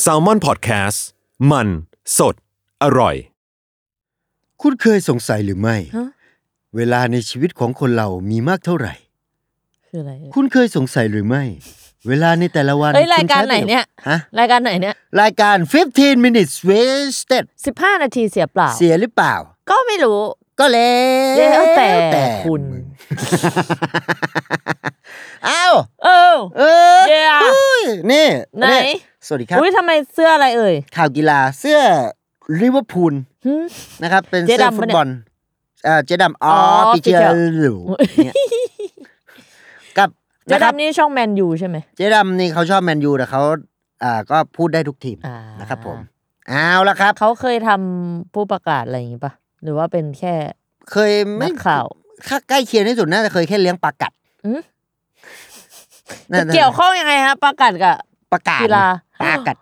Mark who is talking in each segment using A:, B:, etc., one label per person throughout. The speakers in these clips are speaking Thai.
A: แซลมอนพอดแคสต์มันสดอร่อย
B: คุณเคยสงสัยหรือไม่
C: ฮะ
B: เวลาในชีวิตของคนเรามีมากเท่าไหร่
C: คืออะไรเอ่ย
B: คุณเคยสงสัยหรือไม่ เวลาในแต่ละวัน
C: เอ้ยรายการ
B: คุณใช้ป
C: ไหนเนี่ย
B: ฮะ
C: รายการไหนเนี่ย
B: รายการ 15 minutes wasted
C: สิบห้านาทีเสียเปล่า
B: เสียหรือเปล่า
C: ก็ไม่รู้
B: ก็แล้ว
C: แล้วแต่คุณ
B: มึง อ้าว
C: เออ
B: เออ
C: เย้อะ
B: ฮ้ยนี่
C: ไหน
B: สวัสดีครับ
C: อุ้ยทำไมเสื้ออะไรเอ่ย
B: ข่าวกีฬาเสื้อลิเวอร์พูล
C: หืม
B: นะครับ เป็น
C: เจ๊
B: เสื้อ
C: ดำ
B: ฟุต
C: ปะเนี่ย
B: บอลเอ่อเจดำอ๋อ
C: อ
B: ปีเจอ
C: ปีเจอ
B: ร์เนี่ยกับ
C: เจะ
B: นะครับ
C: ดำนี่ช่องแมนยูใช่ไหม
B: เจ๊ดำนี่เขาชอบแมนยูแต่เขาอ่าก็พูดได้ทุกทีม
C: อ่าน
B: นะครับผมเอาละครับ
C: เขาเคยทำผู้ประกาศอะไรอย่างงี้ปะหรือว่าเป็นแค่
B: เคยไม่
C: นักข่าว
B: ถ้าใกล้เคียงที่สุดน่าจะเคยแค่เลี้ยงปลากัด
C: อืม
B: น่าจะ
C: เกี่ยวข้องยังไงฮะ ประกาศกับ
B: ปลากัด
C: กีฬา
B: ปลากัด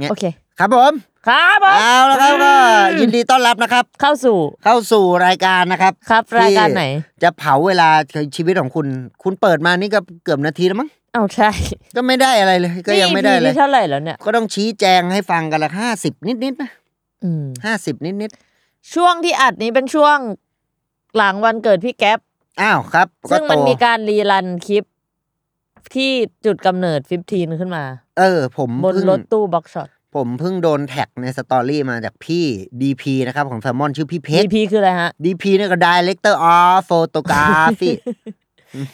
B: เนี่ย
C: โอเค
B: ครับผม
C: ครับผม
B: เอาละครับก็ยินดีต้อนรับนะครับ
C: เข้าสู่
B: เข้าสู่รายการนะครับ
C: ครับ
B: ที่
C: รายการไหน
B: จะเผาเวลาชีวิตของคุณ คุณเปิดมานี่ก็เกือบนาทีแล้วมั้ง
C: เอาใช่
B: ก็ไม่ได้อะไรเลย ก็ยังไม่ได้
C: นี่ EP
B: เลย
C: ที่เท่าไหร่แล้วเนี่ย
B: ก็ต้องชี้แจงให้ฟังกันละห้าสิบนิดๆนะ
C: อืม
B: ห้าสิบนิด
C: ช่วงที่อัดนี้เป็นช่วงหลังวันเกิดพี่แก๊ป
B: ๆอ้าวครับ
C: ซึ่งมัน
B: โต
C: มีการรีรันคลิปที่จุดกำเนิด 15 ขึ้นมา
B: เออผม
C: บน
B: เพิ่ง
C: รถตู้บ็อกช็อต
B: ผมเพิ่งโดนแท็กในสตอรี่มาจากพี่ดีพีนะครับ ของแซมมอนชื่อพี่เพชร
C: พีคืออะไรฮะ
B: ดีพีนี่ก็ Director of Photography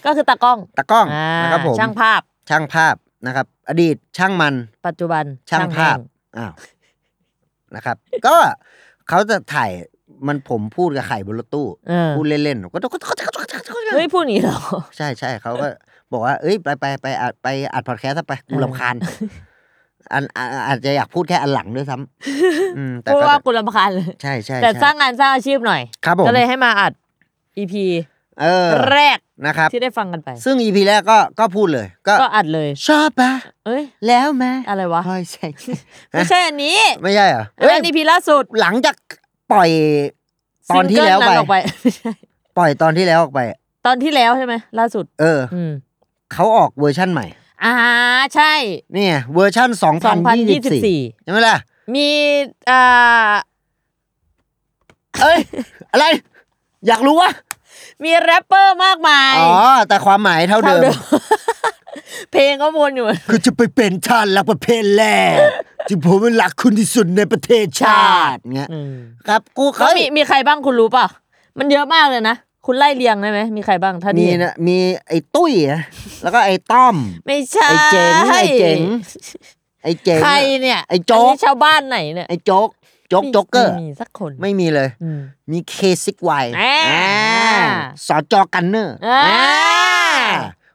C: ก็คือตากล้อง
B: ตากล้อง
C: อ่า
B: นะครับผม
C: ช่างภาพ
B: ช่างภาพนะครับ อดีตช่างมัน
C: ปัจจุบัน
B: ช่างภาพ
C: แม่
B: อ้าวนะครับ ก็เขาจะถ่ายมันผมพูดกับไข่บนรถตู้
C: เออ
B: พูดเล่นๆก็ก็ก็
C: เฮ้ยพูดอย่างนี้เหรอ
B: ใช่ใช่เขาก็บอกว่า เอ้ยไปไปไปอัดไปอัดพอดแคสต์ซะไปกูรำคาญอันอ่ะอาจจะอยากพูดแค่อันหลังด้วยซ้ ำอืม แต่
C: พูด
B: ก็
C: ว่ากูรำคาญเลย
B: ใช่ใช่
C: แต่
B: ใช่
C: สร้างงานสร้างอาชีพหน่อย
B: ครับผม
C: ก็เลยให้มาอัด EP
B: เออ
C: แรก
B: นะครับ
C: ที่ได้ฟังกันไป
B: ซึ่งอีพีแรกก็ก็พูดเลย ก็
C: ก็อัดเลย
B: ชอบปะ
C: เอ้ย
B: แล้วไหม
C: อะไรวะ
B: คอยใส่
C: ไม่ใช่อันนี้
B: ไม่ใช่เหรอ
C: อัน
B: เอ้ย
C: นั้น EP ล่าสุด
B: หลังจากปล่อยตอนที่แล้ว
C: ซิง
B: ไป
C: เกินั้นออกไป
B: ปล่อยตอนที่แล้วออกไป
C: ตอนที่แล้วใช่ไหมล่าสุด
B: เออ
C: อืม
B: เขาออกเวอร์ชั่นใหม่
C: อ่าใช่
B: เนี่ยเวอร์ชั่น 2024
C: 2024
B: ใช่ไหมล่ะ
C: มีอ่า
B: เอ้ย อะไร อยากรู้วะ
C: มีแรปเปอร์มากมาย
B: อ๋อ แต่ความหมายเท่า
C: ท่า
B: เดิม
C: ม เพลงก็วนอยู่
B: คือจะไปเป็นชาติรักประเภทแร กจึงผมเป็นรักคุณที่สุดในประเทศชาติเงี้ยครับกู
C: ก็
B: เขา
C: มีมีใครบ้างคุณรู้ป่ะ มันเยอะมากเลยนะ คุณไล่เรียงได้ไหม มีใครบ้างถ้า
B: มี
C: ที่
B: นะมีไอ้ตุ้ยอะแล้วก็ไอ้ต้อม
C: ไม่ใช่
B: ไอ้เจ๋งไอ้เจ๋ง ไอ้เจ๋ง
C: ใครเนี่ย
B: ไอ้โจ๊ก
C: นนี้ชาวบ้านไหนเนี่ย
B: ไอ้โจ๊กโจ๊ก
C: มี
B: โจ๊กเกอร์
C: มีสักคน
B: ไม่มีเลย
C: อืม
B: มีเคซิกไว
C: อ่า
B: สอจอกันเนอร์
C: อ่า
B: อ่า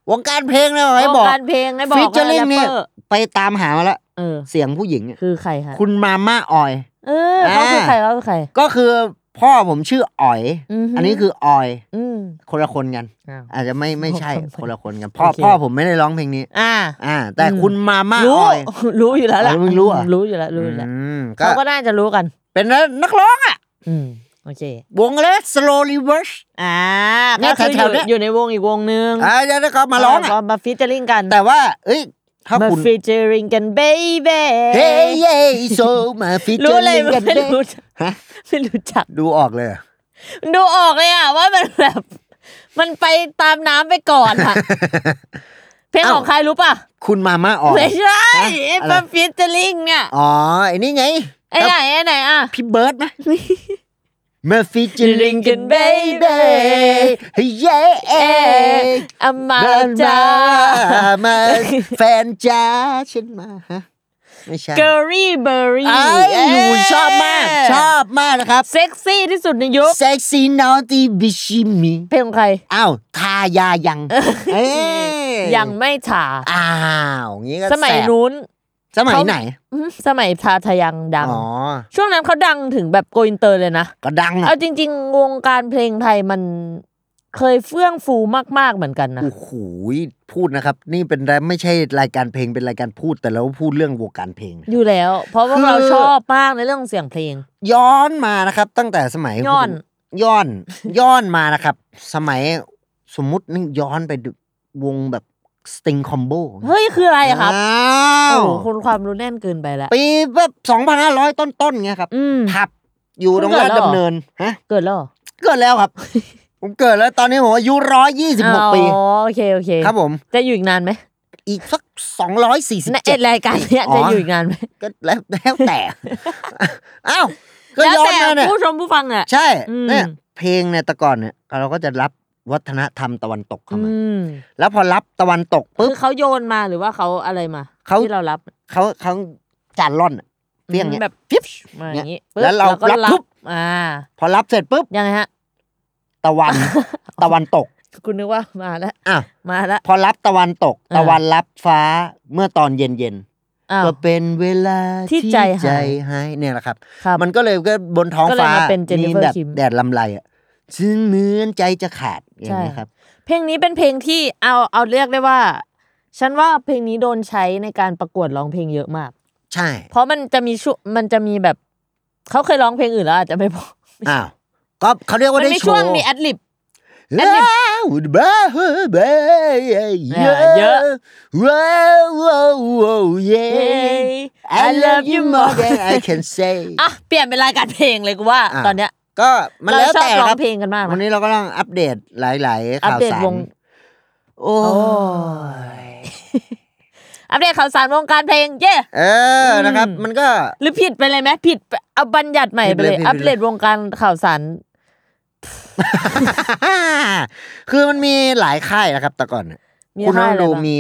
B: วงการเพลงนะให้บอก
C: วงการเพลงให้บอก
B: ฟิชเจอ
C: ว่า
B: ริง
C: แรป
B: นี่
C: เปอร์
B: ไปตามหามาแล้ว
C: เออ
B: เสียงผู้หญิงอะ
C: คือใครคะ
B: คุณมาม่าออย
C: เออเขาคือใครเขาคือใคร
B: ก็คือพ่อผมชื่ออ๋อย
C: อือหืออั
B: อันนี้คือออย
C: อืม
B: คนละคนกัน
C: อ้าว
B: อาจจะไม่ไม่ใช่
C: คนละคน
B: คนละคนกัน พ่อ
C: โอเค
B: พ่อผมไม่ได้ร้องเพลงนี้
C: อ่า
B: อ่า แต่
C: อืม
B: คุณมาม่า
C: รู้
B: ออย
C: รู้อยู่แล้วแหละ
B: อ๋อมึงรู้เหรอ
C: รู้อยู่แล้วรู้อยู่แล้ว
B: อืมก็
C: เขาก็น่าจะรู้กัน
B: เป็นนักร้องอ่ะ
C: อืม โอเค
B: วงเล็ก slow reverse
C: อ่า
B: เนี่ย
C: ก็คือ
B: แถวๆเนี่ย
C: อยู่อยู่ในวงอีกวงหนึ่ง
B: อ่าเดี๋ยวเดี๋ยวเขามาร้อง
C: ก็
B: อ่ะ
C: มาฟีเจอริงกัน
B: แต่ว่า เอ้ย ถ้า
C: มา
B: คุณ
C: ฟีเจอริงกันเบย์เบ
B: เฮ้ยเย้โซ มาฟิชเจ
C: รู้
B: อ
C: เลย
B: ริงกัน
C: ไม่
B: เด้
C: รู้
B: ฮะ
C: ไม่รู้จัก
B: ดูออกเลยเหรอ
C: ดูออกเลยอ่ะ ว่ามันแบบ มันไปตามน้ำไปก่อน อ่ะ เพลงของใครรู้ป่ะ
B: คุณมาม่าออก
C: ไม่ใช่ไอ้
B: อะไร
C: มาฟีเจอริงเนี่ย
B: อ๋อ ไอ้นี่ไง
C: ไอ้ไหนไอ้ไหนอ่ะ
B: พี่เบิร์ด นะมาฟิชเจอริงกันเบ
C: Baby
B: ย์เบย์เย้
C: เอ๊ะอามา
B: บ้าน
C: จ้า
B: มามาแฟนจ้าฉันมาฮะ ไม่ใช่
C: เกอรี่เบอร์
B: ไ
C: รี่
B: อ้หนูชอบมาก ชอบมากนะครับ
C: เซ็กซี่ที่สุดในยุค
B: เซ็กซี่นอตีบิชิมิ
C: เพลงของใคร
B: อ้าวทายายัง เอ้
C: ยังไม่ฉา
B: อ้าวงี้ก็
C: สมัย
B: แบ
C: นู้น
B: สมัย
C: เขา
B: ไหน
C: อืมสมัยทาทะยังดัง
B: อ๋อ
C: ช่วงนั้นเขาดังถึงแบบโกอินเตอร์เลยนะ
B: ก็ดัง
C: เอา
B: อ่ะ
C: จริง ๆ วงการเพลงไทยมันเคยเฟื่องฟูมาก ๆ เหมือนกันนะ
B: โอ้โหพูดนะครับ นี่เป็นรายไม่ใช่รายการเพลงเป็นรายการพูดแต่เราพูดเรื่องวงการเพลงนะ
C: อยู่แล้ว เพราะว่า
B: คือ
C: เราชอบมากในเรื่องเสียงเพลง
B: ย้อนมานะครับ ตั้งแต่สมัย
C: ย้อน
B: คุณย้อน ย้อนมานะครับ สมัยสมมุตินี่ย้อนไปดูวงแบบสติงคอมโบ
C: เฮ้ย คืออะไรอะครับ
B: อ้า
C: โอ้
B: ว
C: โหคุณความรู้แน่นเกินไปแล้ว
B: ปีแบบสองพันห้าร้อยต้นๆเงี้ยครับ
C: อืม
B: ผับอยู่ตรงลาด
C: เกิดแล้วเหรอ
B: ดำเนินฮะ
C: เกิดแล้วเหรอ
B: เกิดแล้วครับ ผมเกิดแล้วตอนนี้ผมอายุร้อยยี่สิบหกปี
C: อ๋อโอเค โอเค
B: ครับผม
C: จะอยู่อีกนานไหม
B: อีกสักสองร้อยสี่สิบ
C: ในเอ็
B: เจ็
C: ด
B: ด
C: รายการเนี้ย
B: อ๋อ
C: จะอยู่อีกนานไหม
B: ก็แล้ว แล้ว แต่ อ้าวก็
C: แล้ว
B: ย้อน
C: แต่
B: มาเนี่ย
C: ผู้ชมผู้ฟังอ่ะ
B: ใช่
C: อืม
B: เนี่ยเพลงเนี่ยแต่ก่อนเนี่ยเราก็จะรับวัฒนธรรมตะวันตกเข้ามา
C: อืม
B: แล้วพอรับตะวันตก
C: คื
B: ปุ๊บ
C: อเขาโยนมาหรือว่าเขาอะไรมา
B: เขา
C: ที่เรารับ
B: เขาเขาจานร่อนอะเพี้ยงเนี่ย
C: แบบฟิบมาอย่างนี้ปึ๊บ
B: แล้วเรา
C: ก็
B: รับปุ๊บ
C: อ่า
B: พอรับเสร็จปุ๊บ
C: ยังไงฮะ
B: ตะวัน ตะวันตก
C: คุณนึกว่ามาแล้ว
B: อ่ะ
C: มาแล้ว
B: พอรับตะวันตก
C: อ่า
B: ตะวันรับฟ้าเมื่อตอนเย็นเย็น
C: อ้าว
B: ก็เป็นเวลา
C: ที่ใจหาย
B: หายเนี่ยแหละครับ
C: ครับ
B: มันก็เลยก็บนท้อง
C: ก็เลย
B: ฟ้า
C: มาเป็นเจนนิ
B: มี
C: เฟอร์
B: แบบ
C: คิม
B: แดดลำไรอ่ะซึ่งเหมือนใจจะขาดอย่างนี้ยครับ
C: เพลงนี้เป็นเพลงที่เอาเอาเรียกได้ว่า ฉันว่าเพลงนี้โดนใช้ในการประกวดร้องเพลงเยอะมาก
B: ใช่
C: เพราะมันจะมีช่วงมันจะมีแบบเขาเคยร้องเพลงอื่นแล้วอาจจะไม่พอ
B: อ้าวก็เขาเรียก
C: มั
B: ว่านได้
C: มี
B: โช
C: ช่วง
B: ว์
C: มีแอดลิบ
B: เยอะ
C: เย
B: เย
C: อะ
B: อะว้าวว้าวว้าวเย้
C: เอ้ย
B: I love you more than I can say
C: อ่ะเปลี่ยนเป็นรายการเพลงเลยกูว่า
B: อ่ะ
C: ตอนเนี้ย
B: ก็มันแล้ว
C: เราชอบ
B: แต่
C: ร้อ
B: ครั
C: ง
B: บ
C: เพลงกันมาก
B: วัน
C: นะ
B: นี้เราก็ต้องอัปเดตหลาย ๆ
C: อัป
B: ข่าว
C: เดต
B: สาร
C: วง
B: โอ้
C: โอ้
B: ย
C: ยอัปเดตข่าวสารวงการเพลงเย้
B: เอออ
C: ม
B: นะครับ มันก็
C: หรือผิดไปเลยไหมผิดไปเอาบัญญัติใหม่ไปเลย
B: ผิดไปเลยผิดไปเลย
C: อัปเดตวงการข่าวสาร
B: คือมันมีหลายค่ายนะครับ แต่ก่อนน่ะ
C: มี
B: คุณต้
C: ค่า
B: อย ง
C: อะไร
B: ดู
C: บ้าง
B: มี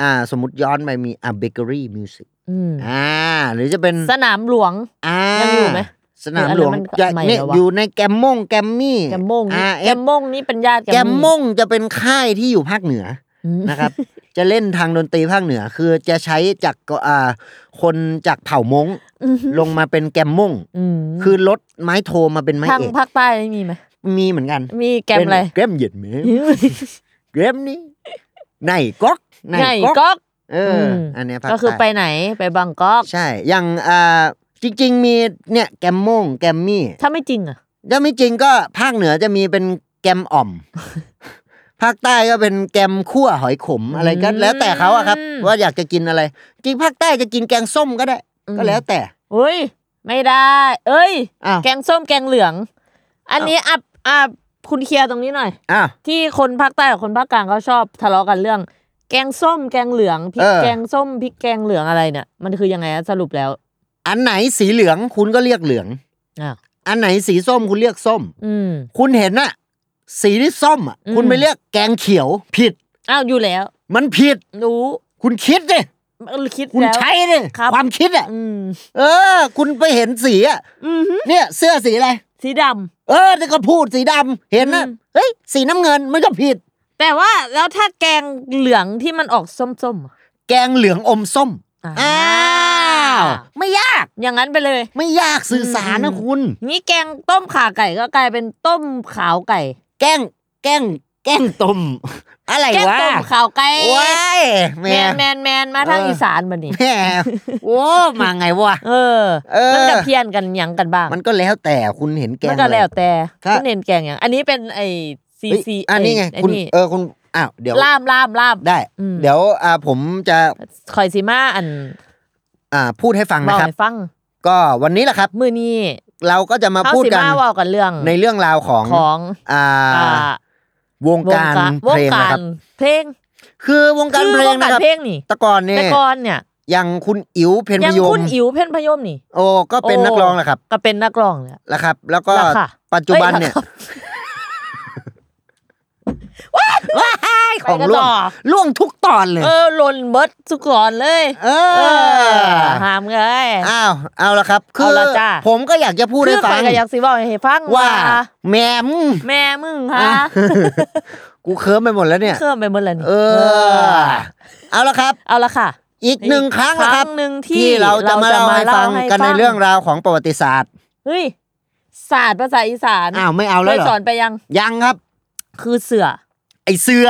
B: อ่า สมมติย้อนไปมีอ่าเบเกอรี่มิวสิก
C: อืม
B: อ่า หรือจะเป็น
C: สนามหลวง
B: อ่า
C: ยังอยู่ไหม
B: สนามหลวง
C: หรืออันนั้นมัน
B: จะ
C: ใหม่
B: เนี่ย
C: แล้ววะ
B: อยู่ในแกมมงแกมมี่
C: แกมมงนี่
B: อ่า
C: แกมมงนี่เป็นญาติ
B: แกมมงจะเป็นค่ายที่อยู่ภาคเหนื อ
C: อืม
B: นะครับ จะเล่นทางดนตรีภาคเหนือ คือจะใช้จากอ่าคนจากเผ่ามง
C: อืม
B: ลงมาเป็นแกมมง
C: อืม
B: คือลดไม้โทมาเป็นไม้
C: ทาง
B: เอก
C: ภาคใต้นี่มีไหม
B: มีเหมือนกัน
C: มีแกมอะไร
B: เป็นแกมเหย็ดเหมแกมนี้ในก๊อก ใน
C: ไง
B: ก๊อก
C: ก๊อก
B: เอออ
C: ม
B: อันเนี้ยภาค
C: ก็คือไป
B: ใต้
C: ไหนไปบางก๊อก
B: ใช่อย่างอ่าจริง ๆ มีเนี่ยแกมมงแกมมี่
C: ถ้าไม่จริงอ่ะ
B: ถ้าไม่จริงก็ภาคเหนือจะมีเป็นแกม อ่อม ภาคใต้ก็เป็นแกมคั่วหอยขมอะไรก็
C: อืม
B: แล้วแต่เขาอะครับ ว่าอยากจะกินอะไร จริงภาคใต้จะกินแกงส้มก็ได้ ก็แล้วแต่
C: เฮ้ยไม่ได้ เอ้ย
B: อ้าว
C: แกงส้มแกงเหลือง อันนี้อับอับคุณเคลียร์ตรงนี้หน่อย
B: อ้าว
C: ที่คนภาคใต้กับคนภาคกลางเขาชอบทะเลาะกันเรื่อง แกงส้มแกงเหลืองพริก
B: เออ
C: แกงส้มพริกแกงเหลืองอะไรเนี่ยมันคือยังไงอะสรุปแล้ว
B: อันไหนสีเหลืองคุณก็เรียกเหลือง
C: อ้าว
B: อันไหนสีส้มคุณเรียกส้ม
C: อืม
B: คุณเห็นน่ะ สีที่ส้มอะ
C: อืม
B: คุณไปเรียกแกงเขียว ผิด
C: อ้าวอยู่แล้ว
B: มันผิด
C: รู้
B: คุณคิดดิ
C: คิด
B: คุณ
C: แล้ว
B: ใช้ดิ
C: ครับ
B: ความคิดอะ
C: อืม
B: เออ คุณไปเห็นสีอะ
C: อือหือ
B: เนี่ย เสื้อสีอะไร
C: สีดำ
B: เออแต่ก็พูดสีดำเห็นนะ
C: อืม
B: เฮ้ย สีน้ำเงินมันก็ผิด
C: แต่ว่าแล้วถ้าแกงเหลืองที่มันออกส้มๆอะ
B: แกงเหลืองอมส้ม
C: อ่า
B: อ้าว ไม่ยาก
C: อย่างนั้นไปเลย
B: ไม่ยากสื่อสารนะ
C: อืม
B: คุณ
C: นี่แกงต้มข่าไก่ก็กลายเป็นต้มขาวไก่
B: แกงแกงแกงต้ม อะไร
C: แกง
B: วะ
C: ต้มขาวไก่
B: ว้าย
C: แม
B: แม่
C: นแมนแมนมาทางอีสานบ่นี่
B: แม่โอ้มาไงวะ
C: เออ
B: เออ
C: มันจะเพี้ยนกันหยังกันบ้าง
B: มันก็แล้วแต่คุณเห็นแก
C: มั
B: ง
C: นก็
B: อะไร
C: แล้วแต่
B: ถ้า
C: คุณเห็นแกงอย่างอันนี้เป็นไอซี
B: เฮ้ย
C: ซี
B: อันนี้ไงคุณเออคุณอ้าวเดี๋ยว
C: ล่ามล่ามล่าม
B: ได้
C: อืม
B: เดี๋ยวอ่าผมจะ
C: คอยสิมาอัน
B: อ่าพูดให้ฟัง
C: บอ
B: นะ
C: ก
B: ครับ
C: ให้ฟัง
B: ก็วันนี้แหละครับ
C: มือนี้
B: เราก็จะมา
C: เขา
B: พูด
C: สิ
B: กัน
C: มาเว่ากันเรื่อง
B: ในเรื่องราวของ
C: ของ
B: อ่า
C: อ่า
B: วงการ
C: ว
B: เพลง
C: กา
B: นะครับ
C: เพลง
B: คือวงการเพลง
C: วง
B: นะ
C: การ
B: ครับ
C: เพลงนี่
B: แตะกอนเนี่ย
C: แต่ก่อนเนี่ย
B: อย่างคุณอิ๋วเพน
C: ยั
B: พ
C: ง
B: ยม
C: คุณอิ๋วเพ่นพยมนี่
B: โอ้ก็เป็น
C: โอ้
B: นักร้องแหละครับ
C: ก็เป็นนักร้องเนี่ย
B: แหละครับ แล้วก็
C: แล้วค่ะ
B: ปัจจุบันเนี่ย
C: อ้ละครับว้าย
B: ว้ายของ
C: ไปกัน
B: ล่ว
C: ต่
B: ง
C: อ
B: ล่วงทุกตอนเลย
C: เออหล่นเบิดสุกอนเลย
B: เอ
C: เอ
B: อ
C: อหามเลย
B: อ้าวเอาละครับ คื
C: เอา
B: อ
C: ละจ้ะ
B: ผมก็อยากจะพูด
C: คื
B: ให้
C: อ
B: ฟั
C: ข่อย
B: ง
C: ก็อยากสิบอกให้ฟัง
B: ว่า แหมม
C: แม่มึงค่ะ
B: อ่ะกูเคิร์มไปหมดแล้วเนี่ย
C: เคลื่อนไปหมดเลยนี่
B: เออ เอาละครับ
C: เอาละค่ะ
B: อีกหนึ่งครั้งนะครับ
C: อีกครั้งหนึ่งที่
B: ที่เราจะมาเล่า
C: เราจะมา
B: ให้ฟัง
C: เล่าให้
B: กัน
C: ฟั
B: ใน
C: ง
B: เรื่องราวของประวัติศาสตร์
C: เฮ้ยศาสตร์ภาษาอีสาน
B: อ้าวไม่เอา
C: เค
B: แล้ว
C: ย
B: เหรอ
C: สอนไปยัง
B: ยังครับ
C: คือเสือ
B: ไอเสือ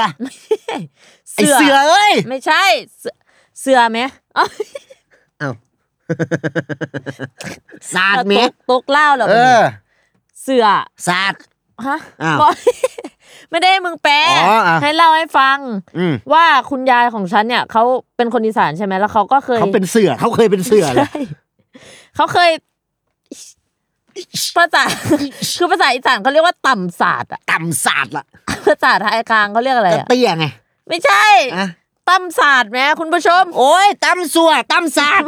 B: ไอเสือเอ้ย
C: ไม่ใช่เสือเสือไหมเอ้า
B: ศ าสตร์เม
C: ตกตกเหล่าเหรอ
B: เออ
C: เสือ
B: ศาสตร์
C: ฮะ
B: อ้าว
C: บอก ไม่ได้มึงแปล
B: อ๋ออ่ะ
C: ให้เล่าให้ฟัง
B: อืม
C: ว่าคุณยายของฉันเนี่ยเขาเป็นคนอีสานใช่ไหมแล้วเขาก็เคย
B: เขาเป็นเสือเขาเคยเป็นเสือเหรอ
C: ใช่เขาเคยภา ษา คือภาษาอีสานเขาเรียกว่าต่ำศาสตร์อะ
B: ต่ำศาสตร์ล่ะ
C: ภาษาไทยกลางเขาเรียกอะไร
B: ก็
C: อะ
B: เตี้ยไง
C: ไม่ใช่
B: อ่ะ
C: ต่ำศาสตร์แหมคุณผู้ชม
B: โอ้ยต่ำสัวต่ำศาสต ร์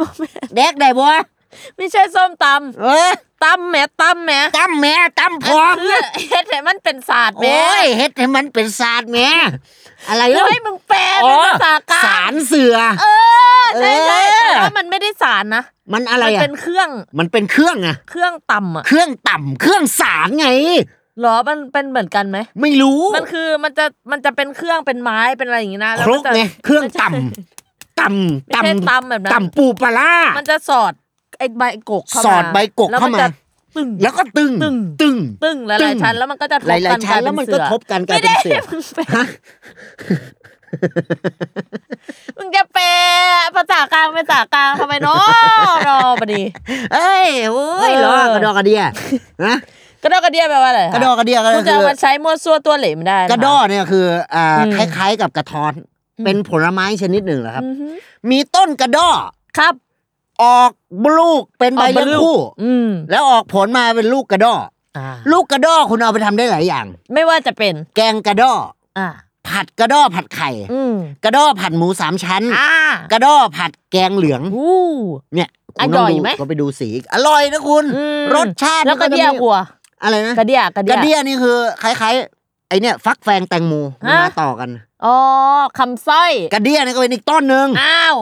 B: แดกได้บ่
C: ไม่ใช่ส้มต
B: เออ
C: ำตำแหมตำแหม
B: ต่ำแม่ต่ำพร้อม
C: เพื่อเฮ็ดให้มันเป็นศาสตร์แหม
B: โอ้ยเฮ็ดให้มันเป็นศาสตร์แม่อะไร
C: แล้
B: เล่าว
C: ให้มึงแปลเป็นภาษากลา
B: สาง รเสือ
C: เออใช่ใช่
B: เออ
C: แต่ว่ามันไม่ได้สารนะ
B: มัน
C: มั
B: อะไรอ่ะ
C: เป็นเครื่อง
B: มันเป็นเครื่องไง
C: เครื่องต่ำอ่ะ
B: เครื่องต่ำเครื่องสารไง
C: หรอมันเป็นเหมือนกันไหม
B: ไม่รู้
C: มันคือมันจะมันจะเป็นเครื่องเป็นไม้เป็นอะไรอย่างงี้นะ
B: ครกไงเครื่องต่ำต่ำ
C: ต่ำ
B: ต่ำ
C: ตำแบบนั้น
B: ต่ำปูปลาร้า
C: มันจะสอดไอ้ใบกกเข้ามา
B: สอดใบกกเข้ามา
C: แล้วนจะตึง
B: แล้วก็ตึง
C: ตึง
B: ตึง
C: ตึงห
B: ตึ
C: ลาย
B: ง
C: ๆชั้นแล้วมันก็จะทบ
B: ห
C: กัน
B: ลายๆชั้นแล้วมันก็
C: ลายเป็
B: ทบกันกลาย
C: ไม่
B: เป็
C: ได้
B: นเสือ
C: มึงแปล
B: ฮะ
C: มึงจะแปลภาษากลางภาษากลางทำไมเนาะรอพอดี
B: เอ้ยโอ้ยร
C: เออ
B: อกระดอกกระเดียนะ
C: กระดอกกระเดียแปลว่าอะไรค
B: กระดอกกระเดียก็
C: คุณ
B: คื
C: จะเอา
B: อ
C: มาใช้มั่วซั่วตัวเหลวไม่ได้นค
B: กระดอเนี่ยคืออ่า
C: อื
B: ค
C: ม
B: ล้าย ๆ กับกระท้อน เป็นผลไม้ชนิดหนึ่งเหรอครับ
C: อือฮึ
B: มีต้นกระดอ
C: ครับ
B: ออกลูกเป็นใบเลี้ยงคู่
C: อืม
B: แล้วออกผลมาเป็นลูกกระดอ
C: อ่า
B: ลูกกระดอคุณเอาไปทำได้หลายอย่าง
C: ไม่ว่าจะเป็น
B: แกงกระดอ
C: อ่า
B: ผัดกระดอผัดไข่
C: อืม
B: กระดอผัดหมูสามชั้น
C: อ่าก
B: ระดอผัดแกงเหลือง
C: อู้
B: เนี่ยคุณ
C: อร่
B: ต้ง
C: อย
B: ดู
C: ไหม
B: ก็ไปดูสีอีกอร่อยนะคุณ
C: อืม
B: รสชาติ
C: แล้วกระ
B: มัน
C: เดีย
B: จมี
C: วัว
B: อะไรนะ
C: กระเดียกระเดี
B: ก
C: ย
B: ระเดียนี่คือคล้ายๆไอเนี่ยฟักแฟงแตงโมมัน
C: ฮะ
B: มาต่อกัน
C: อ๋อคำสร้อย
B: กระเดียนี่ก็เป็นอีกต้นหนึ่ง
C: อ้าว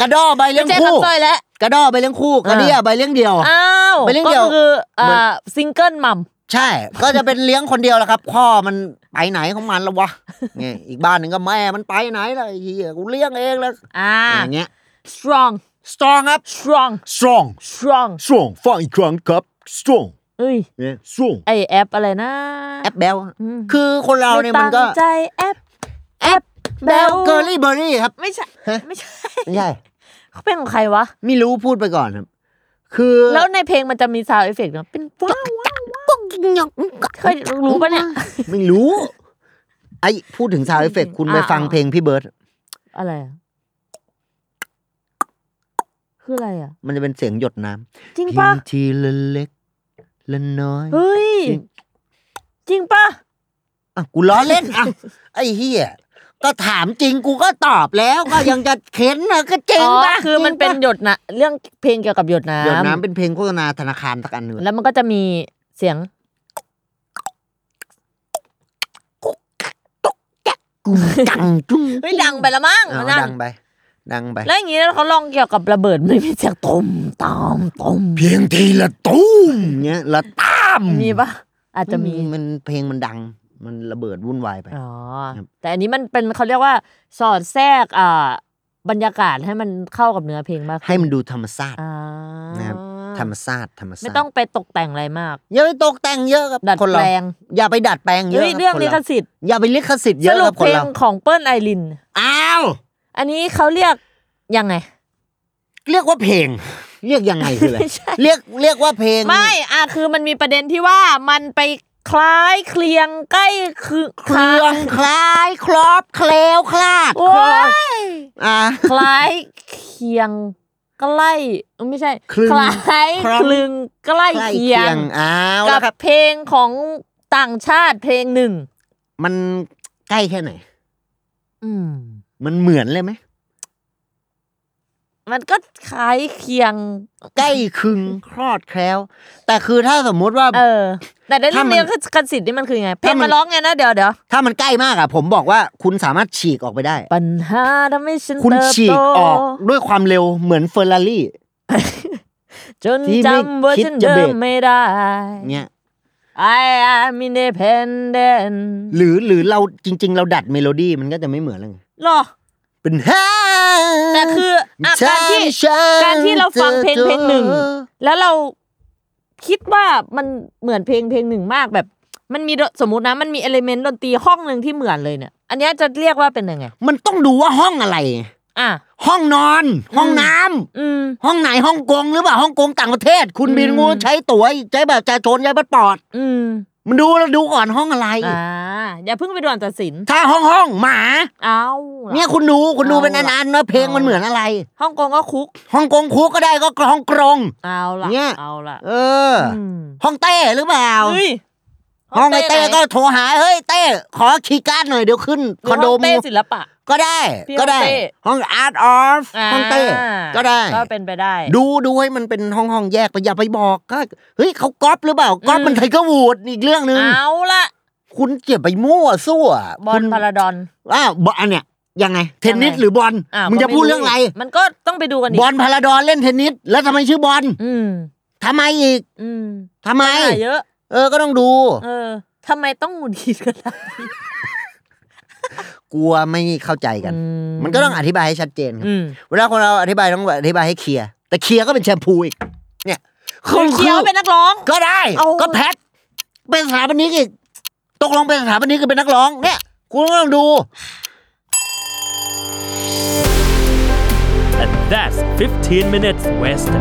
B: กระดอใบ
C: ไม่
B: เลี้ยง
C: ใช่
B: คู่
C: คำสร้อยแล้ว
B: กระดอใบเลี้ยงคู่
C: อ่า
B: กระเดียใบเลี้ยงเดียว
C: อ้าว
B: ไปเรื่อง
C: ก็
B: เดียว
C: คือ
B: เห
C: อ่า
B: มือน
C: ซิงเกิลมัม
B: ใช่ ก็จะเป็นเลี้ยงคนเดียวแหละครับพ่อมันไปไหนของมันละวะ เนี่ยอีกบ้านหนึ่งก็แม่มันไปไหนละไอ้เหี้ยกูเลี้ยงเองแล้ว
C: อ่า
B: อย่างเงี้ย
C: strong
B: strong ครับ
C: strong
A: strong
C: strong
A: strong ฟังอีกครั้งครับ strong
C: เอ้ย
A: เนี่ย strong
C: ไอแอปอะไรนะ
B: แอปเบล
C: ม
B: คือคนเราเนี่ยมันก็
C: ไตั้งใจแอปแอป
B: เบลเกอร์รี่เบอร์รี่ครับ
C: ไม่ใช่ ไม่ใช่
B: ไม่ใช่
C: เขาเป็นของใครวะ
B: ไม่รู้พูดไปก่อนครับ คือ
C: แล้วในเพลงมันจะมีซาวเอฟเฟกต์เนาะเป็นว้าวว้าวว้าวเคยรู้ปะเนี่ย
B: ไม่รู้ ไอ้พูดถึงซาวเอฟเฟกคุณไป
C: อ่า
B: ฟังเพลงพี่เบิร์ด
C: อะไรอะคืออะไรอ่ะ
B: มันจะเป็นเสียงหยดน้
C: จริ
B: ำ
C: ง
B: เพี
C: ปะ
B: ยงทีละเล็กละน้อย
C: เฮ้ย
B: จริง
C: จริงปะ
B: อ่ะกูล้อเล่นอ่ะไอ้เฮียก็ถามจริงกูก็ตอบแล้วก็ยังจะเข็นนะก็จริงปะ
C: อ๋อคือมันเป็น
B: จริง
C: หยดนะเรื่องเพลงเกี่ยวกับหยด
B: ปะ
C: น้ำ
B: หยดน้ำเป็นเพลงโฆษณาธนาคารตะกันหนึ่ง
C: แล้วมันก็จะมีเสียง
B: กูดังจุ้ง
C: เฮ้ยดังไปละมั้ง
B: อ้าว
C: นั่น
B: ดังไป ดังไป
C: แล้วอย่างนี้เขาลองเกี่ยวกับระเบิดไม่มีเสียงตุ่มตามตุ่ม
B: เพียงทีละตุ้มเงี้ยละตาม
C: มีปะอาจจะมี
B: มันเพลงมันดัง มันระเบิดวุ่นวายไป
C: อ๋อ
B: ครับ
C: แต่อันนี้มันเป็นเขาเรียกว่าสอดแทรกอ่าบรรยากาศให้มันเข้ากับเนื้อเพลงมากขึ้น
B: ให้มันดูธรรมชาติ
C: อ่า
B: นะครับ ธรรมชาติธรรมชาติ
C: ไม่ต้องไปตกแต่งอะไรมาก
B: อย่าไปตกแต่งเยอะครับ
C: ดัด
B: คนเรา
C: แปลง
B: อย่าไปดัดแปลงเยอะ
C: เฮ้
B: ค
C: ย
B: รับ
C: เรื่อง
B: คน
C: ลิ
B: เรา
C: ขสิทธิ์
B: อย่าไปลิขสิทธิ์เย
C: ส
B: อะ
C: รุ
B: ครั
C: ป
B: บค
C: เพ
B: น
C: ลง
B: เรา
C: ของเปิ้ลไอริน
B: อ้าว
C: อันนี้เขาเรียกยังไง
B: เรียกว่าเพลง เรียกยังไงคืออะไร
C: ไม่ใช่
B: เรียกเรียกว่าเพลง
C: ไม่อ่ะคือมันมีประเด็นที่ว่ามันไปคล้ายเคลียงใกล้คือ
B: เครื่อง คล้ายครอบเคลวคลาด
C: โอ้
B: คลอย อ่า
C: คล้ายเคียงใกล้เอ้ยไม่ใช่
B: คลึง
C: คล้าย
B: คลึง
C: คลึงใกล้
B: ใกล้
C: เคี
B: เคี
C: ย
B: ย
C: ง
B: งอ้าว
C: กั
B: แล้
C: บ
B: วครับ
C: เพลงของต่างชาติเพลงหนึ่ง
B: มันใกล้แค่ไหน
C: อืม
B: มันเหมือนเลยไหม
C: มันก็คล้ายเคียง
B: ใกล้คลึงคลอดแคล้ว แต่คือถ้าสมมุติว่า
C: เออ แต่ได้เรีย
B: ถ้า
C: บ
B: มัน
C: เรียงกันสิทธิ์นี่มันคือไง เพล
B: ถ้างมัน
C: มาร้องไงนะเดี๋ยวเดี๋ยว
B: ถ้ามันใกล้มากอะผมบอกว่าคุณสามารถฉีกออกไปได้
C: ปัญหาทำให้ฉัน
B: คุณ
C: เติบ
B: ฉี
C: โต
B: กออกด้วยความเร็วเหมือนเฟอร์รารี่
C: จน
B: ที่ไม่
C: จำว่า
B: คิด
C: ฉัน
B: จะ
C: เดิ
B: เบรก
C: มไม่ได้
B: เนี่ย
C: I am independent
B: หรือหรือเราจริง ๆ เราดัดเมโลดี้มันก็จะไม่เหมือนเลยไง
C: หรอ
B: เป็นฮ่า
C: แต่คืออ่ะการที่ การที่เราฟังเพลงเพลงหนึ่ง แล้วเราคิดว่ามันเหมือนเพลงเพลงหนึ่งมากแบบ มันมีดนสมมตินะ มันมีเอลิเมนต์ดนตรีห้องหนึ่งที่เหมือนเลยเนี่ย อันเนี้ยจะเรียกว่าเป็นยังไง
B: มันต้องดูว่าห้องอะไร
C: อ่ะ
B: ห้องนอน ห้องน้ำ
C: อืม
B: ห้องไหนห้องกงหรือเปล่าห้องกงต่างประเทศ คุณ
C: อืม
B: บินงูใช้ตั๋วใช้แบบประชาชนใช้บัตรปอด
C: อืม
B: มันดูแล้วดูก่อนห้องอะไร
C: อ่าอย่าเพิ่งไปด่วนตัดสิน
B: ถ้าห้องห้องหมา
C: เอาล่ะ
B: เนี่ยคุณดูคุณดู
C: เอา
B: เป็นอัน
C: ล่ะ
B: อันๆว่าเพลง
C: เอามั
B: มันเหมือนอะไร
C: ฮ่องกงก็คุก
B: ห้องกงคุกก็ได้ก็ห้องกรง
C: เอาละ
B: เนี่ย
C: เอาละ
B: เอออ
C: ม
B: ห้องเต้หรือเปล่า
C: เฮ้ย
B: ห้องไอเต้
C: ไหน
B: ก็โทรหาเฮ้ยเต้ขอคีย์การ์ดหน่อยเดี๋ยวขึ้น
C: หรื
B: คอนโด
C: ห้ง
B: มึ
C: เต้
B: ง
C: ศิลปะ
B: ก็ได้
C: พี่
B: ก็ได้
C: ห้องเต้
B: ห้องอาร์ตออฟห้องเต้
C: า
B: ก็ได้
C: ก็เป็นไปได้
B: ดูดูให้มันเป็นห้องห้องแยกไปอย่าไปบอกก็เฮ้ยเขาก๊อปหรือเปล่าก๊อปมันไทเกอร์วูดอีกเรื่องหนึ่ง
C: เอาละ
B: คุณเก็บไปมั่วซั่ว
C: บอลพาราดอน
B: อ้าวบอลอันเนี้ยยังไง เทนนิส
C: ยังไง
B: หรือบอล
C: อ้าว
B: มึง
C: ก็
B: จะพูดเรื่องอะไร
C: มันก็ต้องไปดูกันอี
B: บ
C: ก
B: อลพาราดอนเล่นเทนนิสแล้วทำไมชื่อบอล
C: อืม
B: ทำไมอีก
C: อืม
B: ทำไม
C: ปัญหาเยอะ
B: เออก็ต้องดู
C: เออทำไมต้องหงุดหงิดกันล่ะ
B: กลัวไม่เข้าใจกัน มันก็ต้องอธิบายให้ชัดเจนครับ
C: อืม
B: เวลาคนเราอธิบายต้องอธิบายให้เคลียร์แต่เคลียร์ก็เป็นแชมพูอีกเนี่ย
C: คุณเคียวเป็นนักร้อง
B: ก็ได้
C: เอา
B: ก็แพ็คเป็นสถาปนิกอีกตกลงเป็นสถาปนิกคือเป็นนักร้องเนี่ย คุณก็ต้องดู
D: And that's 15 minutes west.